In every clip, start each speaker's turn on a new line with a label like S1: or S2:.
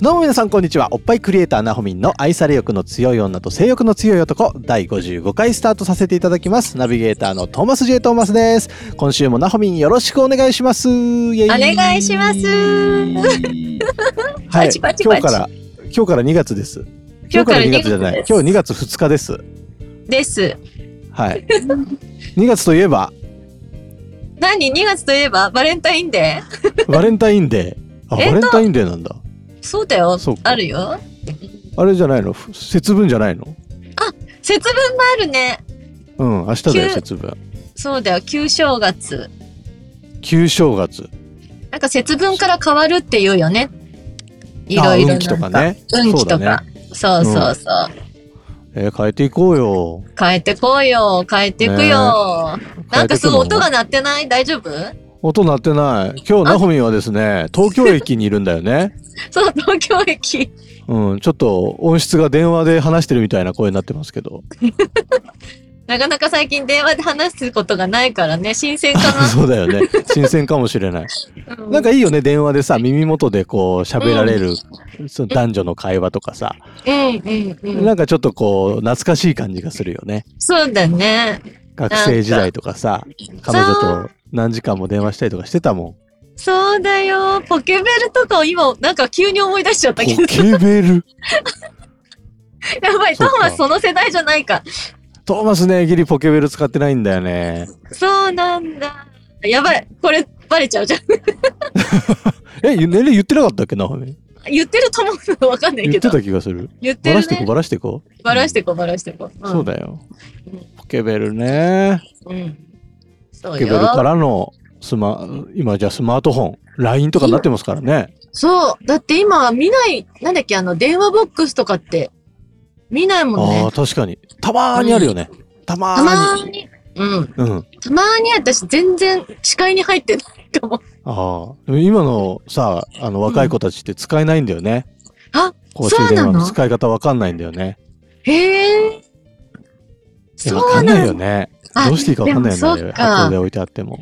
S1: どうも皆さんこんにちはおっぱいクリエイターなほみんの愛され欲の強い女と性欲の強い男第55回スタートさせていただきますナビゲーターのトーマス J トーマスです今週もなほみんよろしくお願いしますお
S2: お願いします
S1: は
S2: パ
S1: い
S2: チパチ
S1: 今
S2: パ
S1: 日
S2: チ
S1: から今日から2月です
S2: 今日から
S1: 今日じゃない今日2月2日です
S2: です。
S1: はい2月といえ ば
S2: 何 ?2 月といえばバレンタインデ
S1: バレンタインデーあバ
S2: えっ
S1: レ
S2: と
S1: ンタインデーなんだ
S2: ーそうだよ
S1: そう。か
S2: あるよ。
S1: あれじゃないのふ節分じゃないの
S2: 節分もあるね。
S1: うん明日だよ
S2: 旧
S1: 節分
S2: そうだよ。旧正月。
S1: 旧正月
S2: なんか節分から変わるって言うよね。いろい
S1: あ
S2: ろ
S1: 運気と
S2: な
S1: か
S2: んか。
S1: ね
S2: 運気
S1: そ
S2: と
S1: うだ
S2: か
S1: ね。
S2: そうそうそう。
S1: えー変えていこうよ
S2: 変えてこうよ。変えてく
S1: ね
S2: よ。なんかすごい
S1: 変えて
S2: 音
S1: くの
S2: が鳴ってない大丈夫
S1: 音鳴ってない今日なほみんはですね東京駅にいるんだよね
S2: そう、東京駅。
S1: うんちょっと音質が電話で話してるみたいな声になってますけ ど
S2: なかなか最近電話で話すことがないからね。新鮮か
S1: そうだよね新鮮かもしれ ない
S2: な。う
S1: なんかいいよね電話でさ耳元でこう喋られる、その男女の会話とかさ、
S2: うんうんうん。
S1: なんかちょっとこう懐かしい感じがするよね
S2: そうだね。
S1: 学生時代とかさ彼女と何時間も電話したりとかしてたもん
S2: そうだよ。ポケベルとかを今、なんか急に思い出しちゃった
S1: ポ
S2: けど。
S1: ケベル
S2: やばい、
S1: そ
S2: ト
S1: うか
S2: ンはその世代じゃないか。
S1: トーマスねギリポケベル使ってないんだよね
S2: そうなんだ。やばい、これ、バレちゃうじゃん。
S1: え年齢言ってなかったっけなほみん
S2: 言ってると思うのわかんない
S1: 言
S2: け
S1: って
S2: ど。
S1: た気がする
S2: 言っ
S1: バ
S2: てる
S1: ラしてこう
S2: ね。
S1: バラしてこう
S2: バラしてこ、バラしてこ。
S1: そう
S2: だ。
S1: だよ
S2: うん
S1: ポケベルね
S2: うん。そ
S1: ポ
S2: う
S1: ケベルか
S2: よ。
S1: らのスマ今じゃスマートフォン LINE とかになってますからね
S2: そう。だって今、見ない、なんだっけ、あの、電話ボックスとかって、見ないも
S1: あ
S2: んね
S1: あ。確かにたまーにあるよねたま
S2: たま
S1: ー
S2: ーに。うん。
S1: にうん
S2: たまーに私、全然、視界に入ってないかも。
S1: ああでも今のさあの若い子たちって使えないんだよね
S2: あ
S1: 公衆電話
S2: そうな
S1: の
S2: の
S1: 使い方わかんないんだよね
S2: へえ。
S1: いや
S2: そ
S1: わか
S2: うん
S1: な
S2: ないん
S1: よね
S2: あ
S1: どうしていいかわかんない
S2: でも
S1: よ
S2: そ
S1: ね
S2: っか
S1: 箱で置いてあっても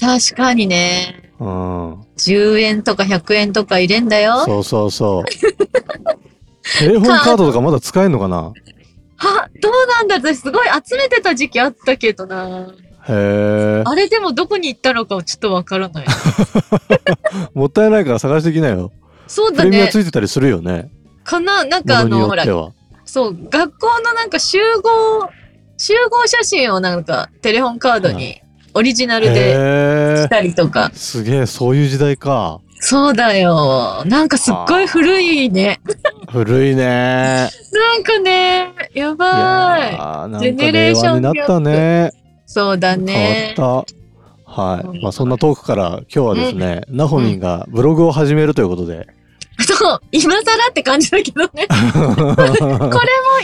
S2: 確かにね。
S1: うん
S2: 10円とか100円とか入れんだよ。
S1: そうそう そうテレホンカードとかまだ使えんのかな
S2: は、どうなんだろう私すごい集めてた時期あったけどな。
S1: へえ
S2: あれでもどこに行ったのかちょっとわか らない。
S1: もったいないから探してきなよ。
S2: そう
S1: プ
S2: だ
S1: レミア
S2: ね
S1: つ。いてたりするよね。
S2: かななん
S1: も
S2: か
S1: の
S2: あ
S1: に
S2: の、
S1: よ
S2: ほ
S1: っ
S2: ら
S1: て、は。
S2: そう、学校のなんか集合、集合写真をなんかテレホンカード
S1: は
S2: にオリジナルで
S1: へ
S2: し
S1: え。
S2: たりとか。
S1: すげえ、そういう時代か。
S2: そうだよ。なんかすっごい古いね。
S1: 古いね。
S2: なんかね、や
S1: い
S2: ばい。
S1: やーなんか
S2: ジェネレ
S1: 令
S2: ーション
S1: 和になったね。
S2: そうだね
S1: 変。わった。はい。
S2: うん
S1: まあそんなトークから今日はですね、ナホミンがブログを始めるということで。
S2: そう、今更って感じだけどね。 これも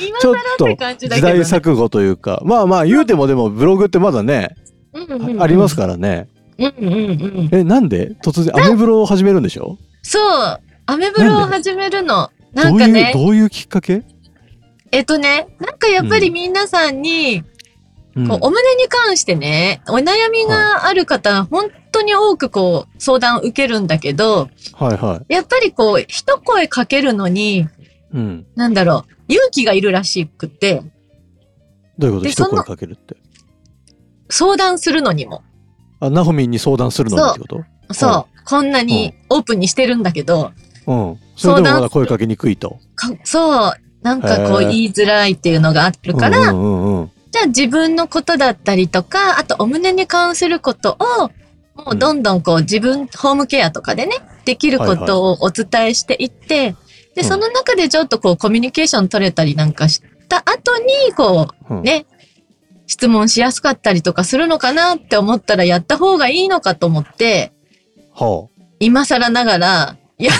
S2: 今
S1: ちょっ
S2: 更っ
S1: と
S2: て感じ
S1: 時
S2: だけど、
S1: 代
S2: ね。
S1: 錯誤というか、まあまあ言うてもでもブログってまだね、
S2: うんうんうん
S1: あありますからね。
S2: うんうんうん。
S1: え、なんで突然アメブロを始めるんでしょ
S2: そう、アメブロを始めるの。
S1: ど
S2: なん
S1: う
S2: か
S1: いう、
S2: ね、
S1: どういうきっかけ
S2: えっとね、なんかやっぱり皆さんに、
S1: うん
S2: こうお胸に関してね、お悩みがある方、本当に多くこう、相談を受けるんだけど、
S1: はいは
S2: やっぱりこう、一声かけるのに、
S1: い。うん。
S2: なんだろう、勇気がいるらしくて、
S1: どういうこと
S2: で
S1: 一
S2: そ
S1: 声
S2: の
S1: かけるって。
S2: 相談するのにも。
S1: あ、ナホミンに相談するのにってこと
S2: そう、こんなにオープンにしてるんだけど、
S1: うん。それでもま
S2: 相
S1: だ
S2: 談
S1: 声かけにくいと。
S2: かそう、なんかこう
S1: へー
S2: 言いづらいっていうのがあるから、
S1: うんうんうんうん。
S2: じゃあ自分のことだったりとか、あとお胸に関することを、もうどんどんこう自分、ホームケアとかでね、できることをお伝えしていって、
S1: うん
S2: で、その中でちょっとこうコミュニケーション取れたりなんかした後に、こ
S1: うん
S2: うね、質問しやすかったりとかするのかなって思ったらやった方がいいのかと思って、
S1: は
S2: 今更ながらいや、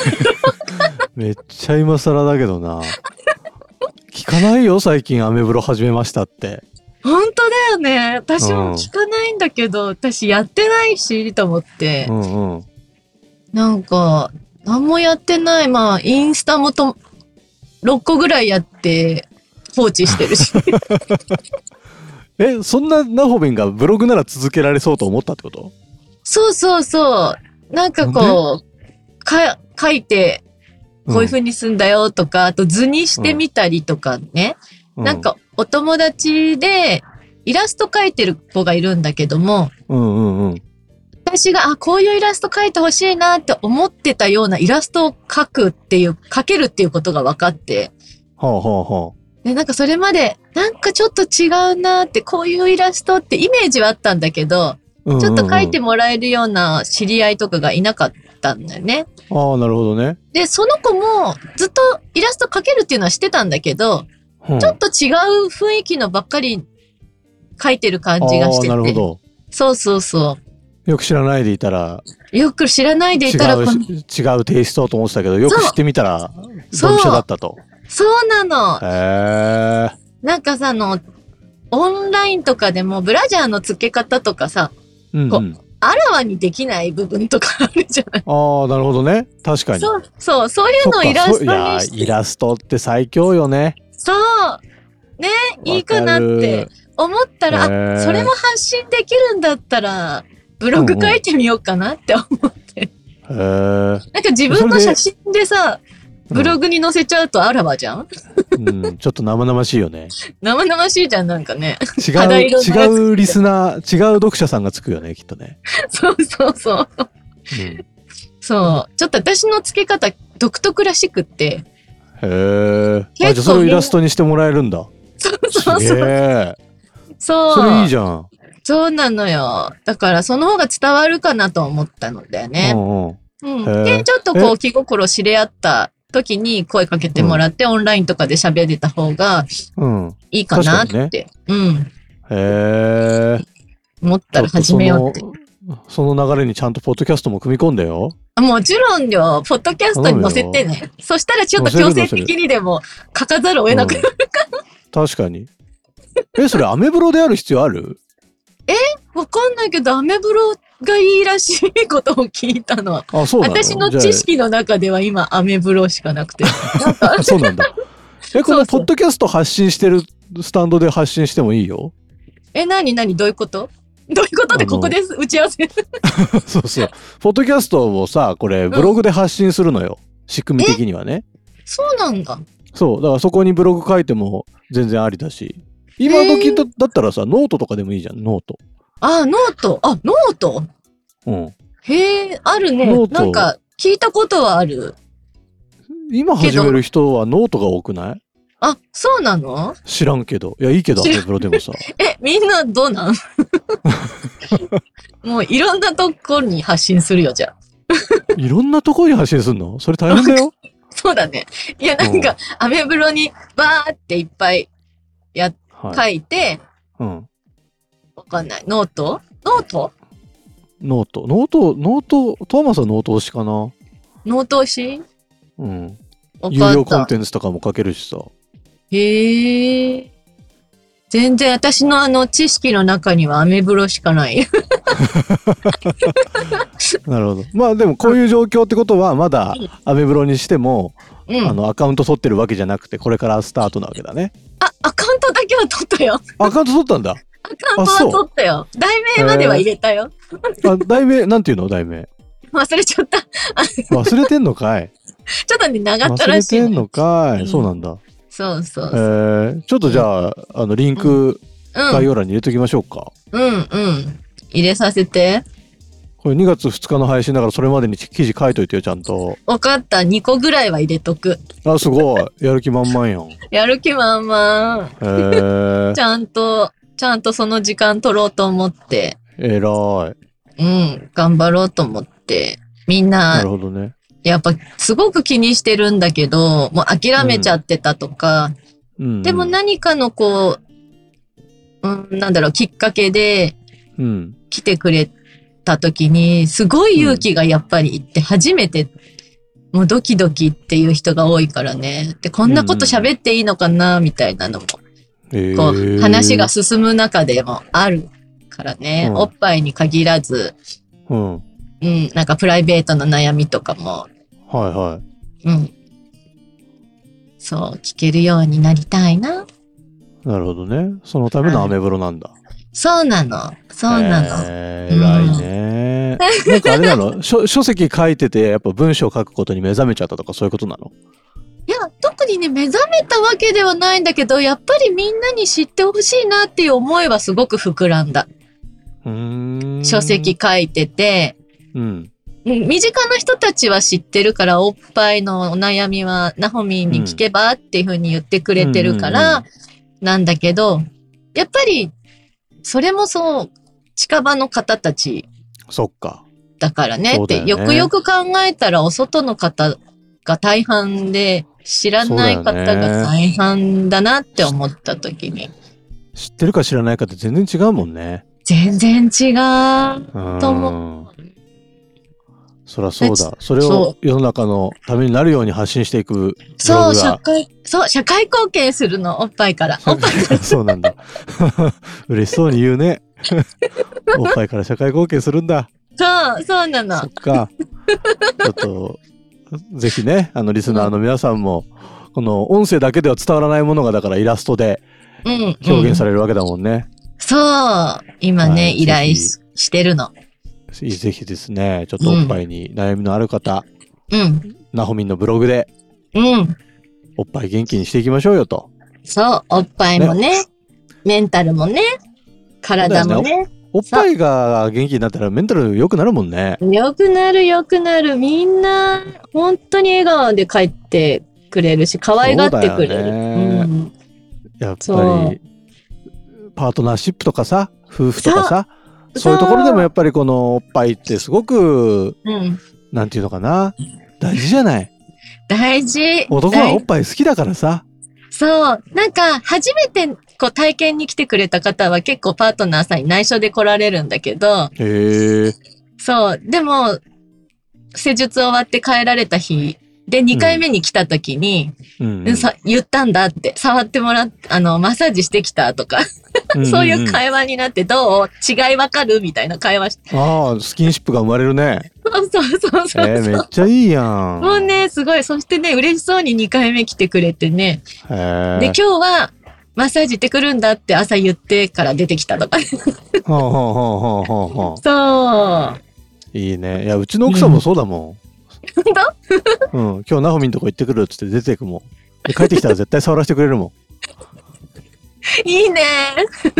S1: めっちゃ今更だけど な。聞かないよ、最近アメブロ始めましたって。
S2: 本当だよね。私
S1: うん
S2: も聞かないんだけど、私やってないし、と思って
S1: う。んうん。
S2: なんか、何もやってない。まあ、インスタもと、6個ぐらいやって、放置してる し。
S1: え、そんなナホビンがブログなら続けられそうと思ったってこと
S2: そうそうそう。なんかこう、か、書いて、こういう風にすんだよとか、あと図にしてみたりとかね。
S1: う
S2: なん、か、お友達で、イラスト描いてる子がいるんだけども、
S1: うんうんうん。
S2: 私が、あ、こういうイラスト描いてほしいなって思ってたようなイラストを描くっていう、描けるっていうことが分かって、
S1: はあはあは
S2: で、なんかそれまで、なんかちょっと違うなって、こういうイラストってイメージはあったんだけど、
S1: あ。
S2: ちょっと描いて
S1: も。
S2: もらえるような知り合いとかがいなかったんだよね。
S1: ああ、なるほどね。
S2: で、その子もずっとイラスト描けるっていうのはしてたんだけど、
S1: うん
S2: ちょっと違う雰囲気のばっかり描いてる感じがして
S1: ああ、なるほ
S2: て。
S1: ど。
S2: そうそうそ
S1: よく知らないでいたら、
S2: う。よく知らないで
S1: 違
S2: いたらこ
S1: う
S2: の、
S1: し、違うテイストと思ってたけど、よく知ってみたら、ドンピシ
S2: そう
S1: ャだったと。
S2: そうなの。
S1: へえ。
S2: なんかさ、あの、オンラインとかでもブラジャーの付け方とかさ、
S1: うん、うん。
S2: あらわにできない部分とかあるじゃない
S1: ああ、なるほどね。確かに。
S2: そう、そう、そういうの
S1: そ
S2: を
S1: っか
S2: イラス
S1: そうい
S2: ト
S1: や
S2: に
S1: ー
S2: し
S1: イ
S2: て。
S1: ラストって最強よね。
S2: そう。ね、いいかなって思った
S1: わ
S2: ら、
S1: かる
S2: あ、それも発信できるんだったら、ブログ書いてみようかなって思う。
S1: へー
S2: なんか自分の写真でさ、ブログに載せちゃうとあらばじゃん
S1: うん、ちょっと生々しいよね。
S2: 生々しいじゃん、なんかね。
S1: 違う、
S2: 肌色のやつ
S1: 違うリスナー、違う読者さんがつくよね、きっとね。
S2: そうそうそう。そう。ちょっと私の付け方、独特らしくって。
S1: うん、へえ。あ、じゃあ
S2: 結構
S1: それをイラストにしてもらえるんだ。
S2: そうそう
S1: す
S2: そ
S1: げ
S2: う。
S1: え。
S2: そう。
S1: それいいじゃん。
S2: そうなのよ。だから、その方が伝わるかなと思ったのだよね
S1: う。んうん。
S2: うん
S1: へー
S2: で、ちょっとこう気心知れ合った時に声かけてもらって、オンラインとかで喋れた方が
S1: うん。へ
S2: いいかなっ
S1: 確かに
S2: て、うん、
S1: え。
S2: 思ったら始めようって。
S1: ちょっとそのその流れにちゃんとポッドキャストも組み込んでよ。
S2: もちろんよ、ポッドキャストに載せてね。そしたらちょっと強制的にでも書かざるを得なくなる。
S1: うん確かに。え、それアメブロである必要ある
S2: わかんないけど、アメブロがいいらしいことを聞いたの。
S1: あ、そうなの
S2: 私の
S1: じゃあ
S2: 知識の中では今、アメブロしかな くて。なんか
S1: あそうなん だ。え、こ
S2: そ
S1: の
S2: うそ
S1: ポ
S2: う
S1: ッドキャスト発信してるスタンドで発信してもいいよ。
S2: え、なになにどういうことどういうことでここです打ち合わせ。
S1: そうそう。ポッドキャストをさ、これ、ブログで発信するのよ。仕組み的にはね。
S2: そうなんだ。
S1: そう。だからそこにブログ書いても全然ありだし。今時だだったらさ、ノートとかでもいいじゃん、ノート。
S2: あ、ノート。あ、ノート。
S1: うん。
S2: へえ、ある
S1: ノ
S2: ね。
S1: ート
S2: なんか、聞いたことはある。
S1: 今始める人はノートが多くない
S2: あ、そうなの
S1: 知らんけど。いや、いいけど、ア
S2: 知らん
S1: メブロでもさ。
S2: え、みんなど うなんもういろんなところに発信するよ、じゃあ。
S1: いろんなところに発信するのそれ大変だ よ。
S2: そうだね。いや、なん
S1: う
S2: か、アメブロにバーっていっぱい
S1: は
S2: 書
S1: い。
S2: いて、
S1: うん。
S2: わかんない。ノートノート
S1: ノート。ノート、ノート、トーマスはノート推しかな。
S2: ノート推し
S1: うん。
S2: わ
S1: 有
S2: か
S1: 料
S2: っ
S1: コン
S2: た。
S1: テンツとかも書けるしさ。
S2: へえ。全然私のあの知識の中にはアメブロしかない。
S1: なるほど。まあでもこういう状況ってことはまだアメブロにしても、
S2: うん。
S1: あのアカウント取ってるわけじゃなくてこれからスタートなわけだね。
S2: あ、アカウントだけは取ったよ。
S1: アカウント取ったんだ。
S2: アカウント
S1: あそう
S2: は取ったよ。題名までは入れたよ。
S1: あ題名なんていうの題名。
S2: 忘れちゃった。ち
S1: 忘れてんのかい。
S2: ょっとね、長った
S1: 忘
S2: ら
S1: れ
S2: しい
S1: て
S2: の。
S1: んのか
S2: う
S1: い。
S2: ん
S1: そうなんだ。
S2: そうそ
S1: え
S2: う。
S1: ー、ちょっとじゃああのリンク概要欄に入れときましょうか。
S2: うん、うん、うん。入れさせて。
S1: これ2月2日の配信だからそれまでに記事書いといてよちゃんと。
S2: わかった。2個ぐらいは入れとく。
S1: あすご いやる気満々やん。
S2: やる気満々。
S1: えー
S2: ち、ゃんと、ちゃんとその時間取ろうと思って。
S1: えらい。
S2: うん。頑張ろうと思って。みん
S1: な
S2: な
S1: る、ほどね。
S2: やっぱ、すごく気にしてるんだけど、もう諦めちゃってたとか、
S1: うんうん、
S2: でも何かのこう、うん、なんだろう、きっかけで、
S1: うん。
S2: 来てくれた時にすごい勇気がやっぱりいって初めてもうドキドキっていう人が多いからね。で、こんなこと喋っていいのかな、みたいなのも、
S1: え
S2: こ
S1: ー
S2: う、話が進む中でもあるからね。
S1: うん
S2: おっぱいに限らず、
S1: うん。はい
S2: うん、なんかプライベートの悩みとかも、
S1: は
S2: うん。そう、聞けるようになりたいな。
S1: い。なるほどね。そのためのアメブロなんだ。
S2: そうなの。そうなの。
S1: えー偉いね。なんかあれなの 書書籍書いてて、やっぱ文章書くことに目覚めちゃったとかそういうことなの
S2: いや、特にね、目覚めたわけではないんだけど、やっぱりみんなに知ってほしいなっていう思いはすごく膨らんだ。
S1: うーん
S2: 書籍。書いてて、
S1: うん。
S2: うん身近な人たちは知ってるから、おっぱいのお悩みはナホミンに聞けばっていうふうに言ってくれてるか
S1: うんうんうんうん
S2: ら、なんだけど、やっぱり、それもそう、近場の方たち
S1: そっか。
S2: だからね
S1: そう
S2: っ
S1: だよ
S2: て、
S1: ね
S2: よくよく考えたら、お外の方が大半で、知らない方が大半だなって思った時に、
S1: 知ってるか知らないかって全然違うもんね。
S2: 全然違う。
S1: うん。
S2: と
S1: そりゃそうだ
S2: そ。
S1: それを世の中のためになるように発信していく。
S2: そ
S1: ブログ
S2: う、
S1: が
S2: 社会、そう、社会貢献するの、おっぱ いから。おっぱい
S1: そうなんだ。 嬉しそうに言うね。 おっぱいから社会貢献するんだ。
S2: そう、そうなの
S1: そっ。か。ちょっと、ぜひね、あの、リスナーの皆さんも、この音声だけでは伝わらないものが、だからイラストで
S2: うん、うん。
S1: 表現されるわけだもんね。
S2: そう、今
S1: は
S2: ね、
S1: い
S2: 依頼
S1: ぜ
S2: ししてるの。
S1: ぜひですね、ちょっとおっぱいに悩みのある方、
S2: うん、
S1: ナホミンのブログで、
S2: うん。
S1: おっぱい元気にしていきましょうよと。
S2: そう、おっぱいもね、メンタルもね、体もね、
S1: おっぱいが元気になったらメンタル良くなるもんね。
S2: 良くなる良くなる、みんな、本当に笑顔で帰ってくれるし、可愛がってくれ
S1: そう
S2: る。
S1: だよね
S2: ん。
S1: やっぱ
S2: そ
S1: り、パートナーシップとかさ、夫婦とかさ、そういうところでもやっぱりこのおっぱいってすごく、
S2: うん。
S1: なんていうのかな、大事じゃない。
S2: 大事。
S1: 男はおっぱい好きだからさ。
S2: そう。なんか、初めて、こう、体験に来てくれた方は結構パートナーさんに内緒で来られるんだけど、
S1: へえ。
S2: そう。でも、施術終わって帰られた日、で、2回目に来た時に、
S1: うん
S2: うんさ言ったんだって、触ってもらっあの、マッサージしてきたとか、そういう
S1: 会
S2: 会話になって、どう違いわかるみたいな会話し
S1: ああ、スキンシップが生まれるね。
S2: そうそうそう
S1: え
S2: そう。
S1: ー、めっちゃいいやん。
S2: もうね、すごい。そしてね、嬉しそうに2回目来てくれてね。
S1: へ
S2: で、
S1: え
S2: 今。日は、マッサージ行ってくるんだって朝言ってから出てきたとか。
S1: ほうほうほうほうほうほ
S2: そう。
S1: う。いいね。いや、うちの奥さんもそうだも
S2: 本当
S1: ん。 うん。今日、ナホミンとこ行ってくるっつって出てくもん。で帰ってきたら絶対触らせてくれるも
S2: いいね。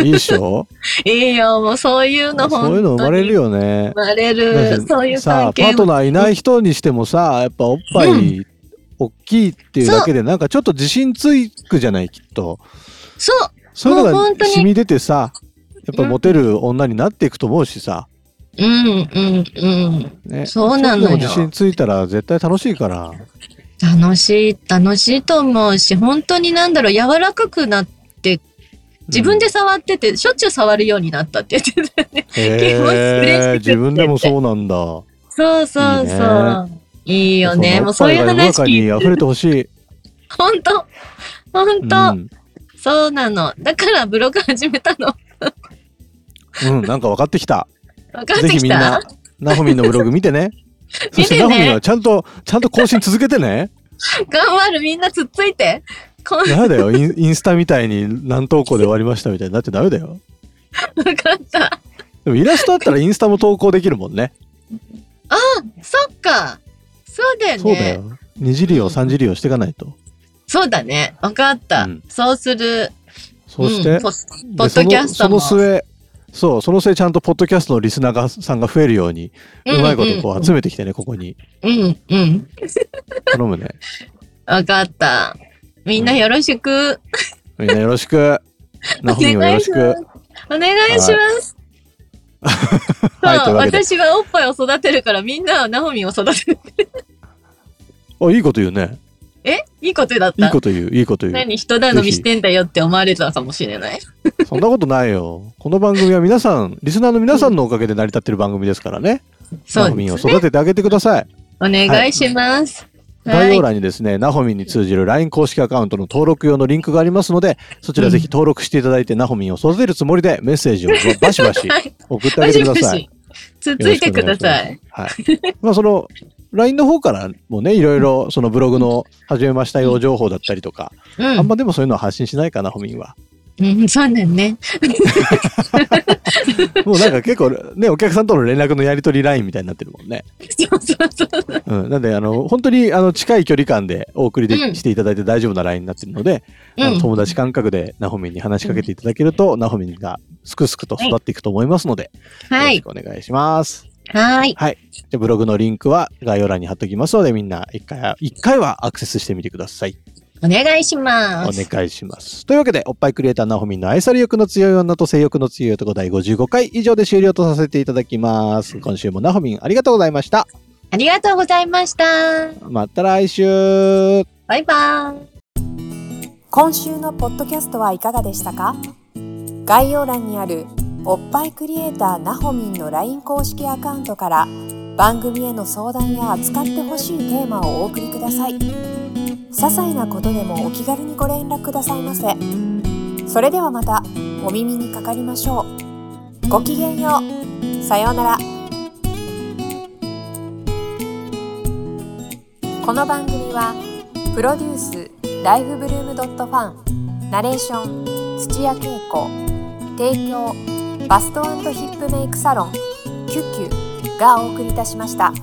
S1: ん。いいでしょ
S2: いいよ、もうそういうの
S1: そういうの生まれる。よね
S2: 本。当に生まれ
S1: だ
S2: る。
S1: って
S2: そういう
S1: さあ
S2: 関
S1: パ
S2: 係
S1: ート
S2: も。
S1: ナーいない人にしてもさやっぱおっぱい、大きいっていうだけでなんかちょっと自信つくじゃないきっと
S2: そう。
S1: そういうの
S2: もう本
S1: が
S2: 当に
S1: 染み出てさやっぱ
S2: うん
S1: モテる女になっていくと思うしさ、
S2: うん、うん、うん。
S1: ね、
S2: そうなの
S1: ちょっとでも
S2: よ
S1: 自信ついたら絶対楽しいから
S2: 楽しい、楽しいと思うし、本当になんだろう、柔らかくなって、自分で触ってて、しょっちゅう触るようになったって言ってたね。
S1: うんへ
S2: 気持ち
S1: え
S2: 嬉しくて
S1: 自分でもそうなんだ
S2: そうそうそう。いいよね。もうそういう
S1: のおっぱいが世の
S2: 話
S1: 中に
S2: 聞い
S1: 溢れてほしい、
S2: 本当本
S1: う
S2: 当、
S1: ん
S2: そうなの。だからブログ始めたの。
S1: うん、なんか分かってきた
S2: 分かっ
S1: ぜ
S2: て
S1: ひ
S2: き
S1: みんな
S2: た
S1: ナホミンのブログ見て ねそしてナホミンはちゃんとちゃんと更新続けてね
S2: 頑張る、みんなつっついて。こん
S1: ダメだよインインスタみたいに何投稿で終わりましたみたいになってダメだよ
S2: 分かった。
S1: でもイラストだったらインスタも投稿できるもんね
S2: そっか。そうだよね。
S1: そうだよ二次利用三次利用していかないと
S2: そうだね。分かった。
S1: うん
S2: そうする。
S1: そうして、
S2: うん
S1: で
S2: ポポッドキャスト
S1: その
S2: も
S1: その末そうその末ちゃんとポッドキャストのリスナーがさんが増えるようにうまいことこう集めてきてねここに
S2: うんうん。
S1: 頼むね
S2: 分かった。みんなよろしく。
S1: みんなよろし くナホミンをよろしく
S2: お願いしお願いします。
S1: はいとい
S2: そうう、
S1: わけで
S2: 私はおっぱいを育てるから、みんなはナホミンを育てる。
S1: あいいこと言うね
S2: えいいことだった
S1: いいこと言ういいこと言う
S2: 何人頼みしてんだよって思われたかもしれ ない。
S1: そんなことないよこの番組は皆さんリスナーの皆さんのおかげで成り立ってる番組ですからね
S2: そ
S1: ナホ
S2: う
S1: ミン
S2: で
S1: を
S2: すね。
S1: 育ててあげてください
S2: お願いします。
S1: 概要欄にですね、ナホミンに通じる LINE 公式アカウントの登録用のリンクがありますので、そちらぜひ登録していただいて、ナホミンを育てるつもりでメッセージをバシ バシ
S2: はい。
S1: 送ってあ
S2: も
S1: げて
S2: し
S1: くだ
S2: も
S1: さい
S2: し。。続いてください。
S1: はい。まあその LINE の方からもね、いろいろそのブログの始めましたよ情報だったりとか、
S2: う
S1: あん
S2: ん。
S1: までもそういうのは発信しないかな、ホミンは。
S2: うん、そうなんね。
S1: もうなんか結構ね、お客さんとの連絡のやり取り LINE みたいになってるもんね。
S2: そうそうそう。
S1: うん。なんで、あの、本当にあの近い距離感でお送りで、
S2: うん
S1: していただいて大丈夫な LINE になってるので、
S2: う
S1: あの
S2: ん。
S1: 友達感覚でナホミンに話しかけていただけると、ナホミンがすくすくと育っていくと思いますので、よ
S2: はい。
S1: ろしくお願いします。
S2: はい。
S1: じゃあブログのリンクは概要欄に貼っときますので、みんな一回、一回はアクセスしてみてください。
S2: お願いしま
S1: お
S2: す。
S1: 願いします。というわけで、おっぱいクリエイターなほみんの愛され欲の強い女と性欲の強い男第55回以上で終了とさせていただきます。今週もなほみんありがとうございました。
S2: ありがとうございました。
S1: また来週。
S2: バイバーイ。
S3: 今週のポッドキャストはいかがでしたか概要欄にあるおっぱいクリエイターなほみんの LINE 公式アカウントから番組への相談や扱ってほしいテーマをお送りください些細なことでもお気軽にご連絡くださいませそれではまたお耳にかかりましょうごきげんようさようならこの番組は「プロデュースライフブルームドットファンナレーション土屋恵子提供バストヒップメイクサロン「キュッキュ」がお送りいたしました。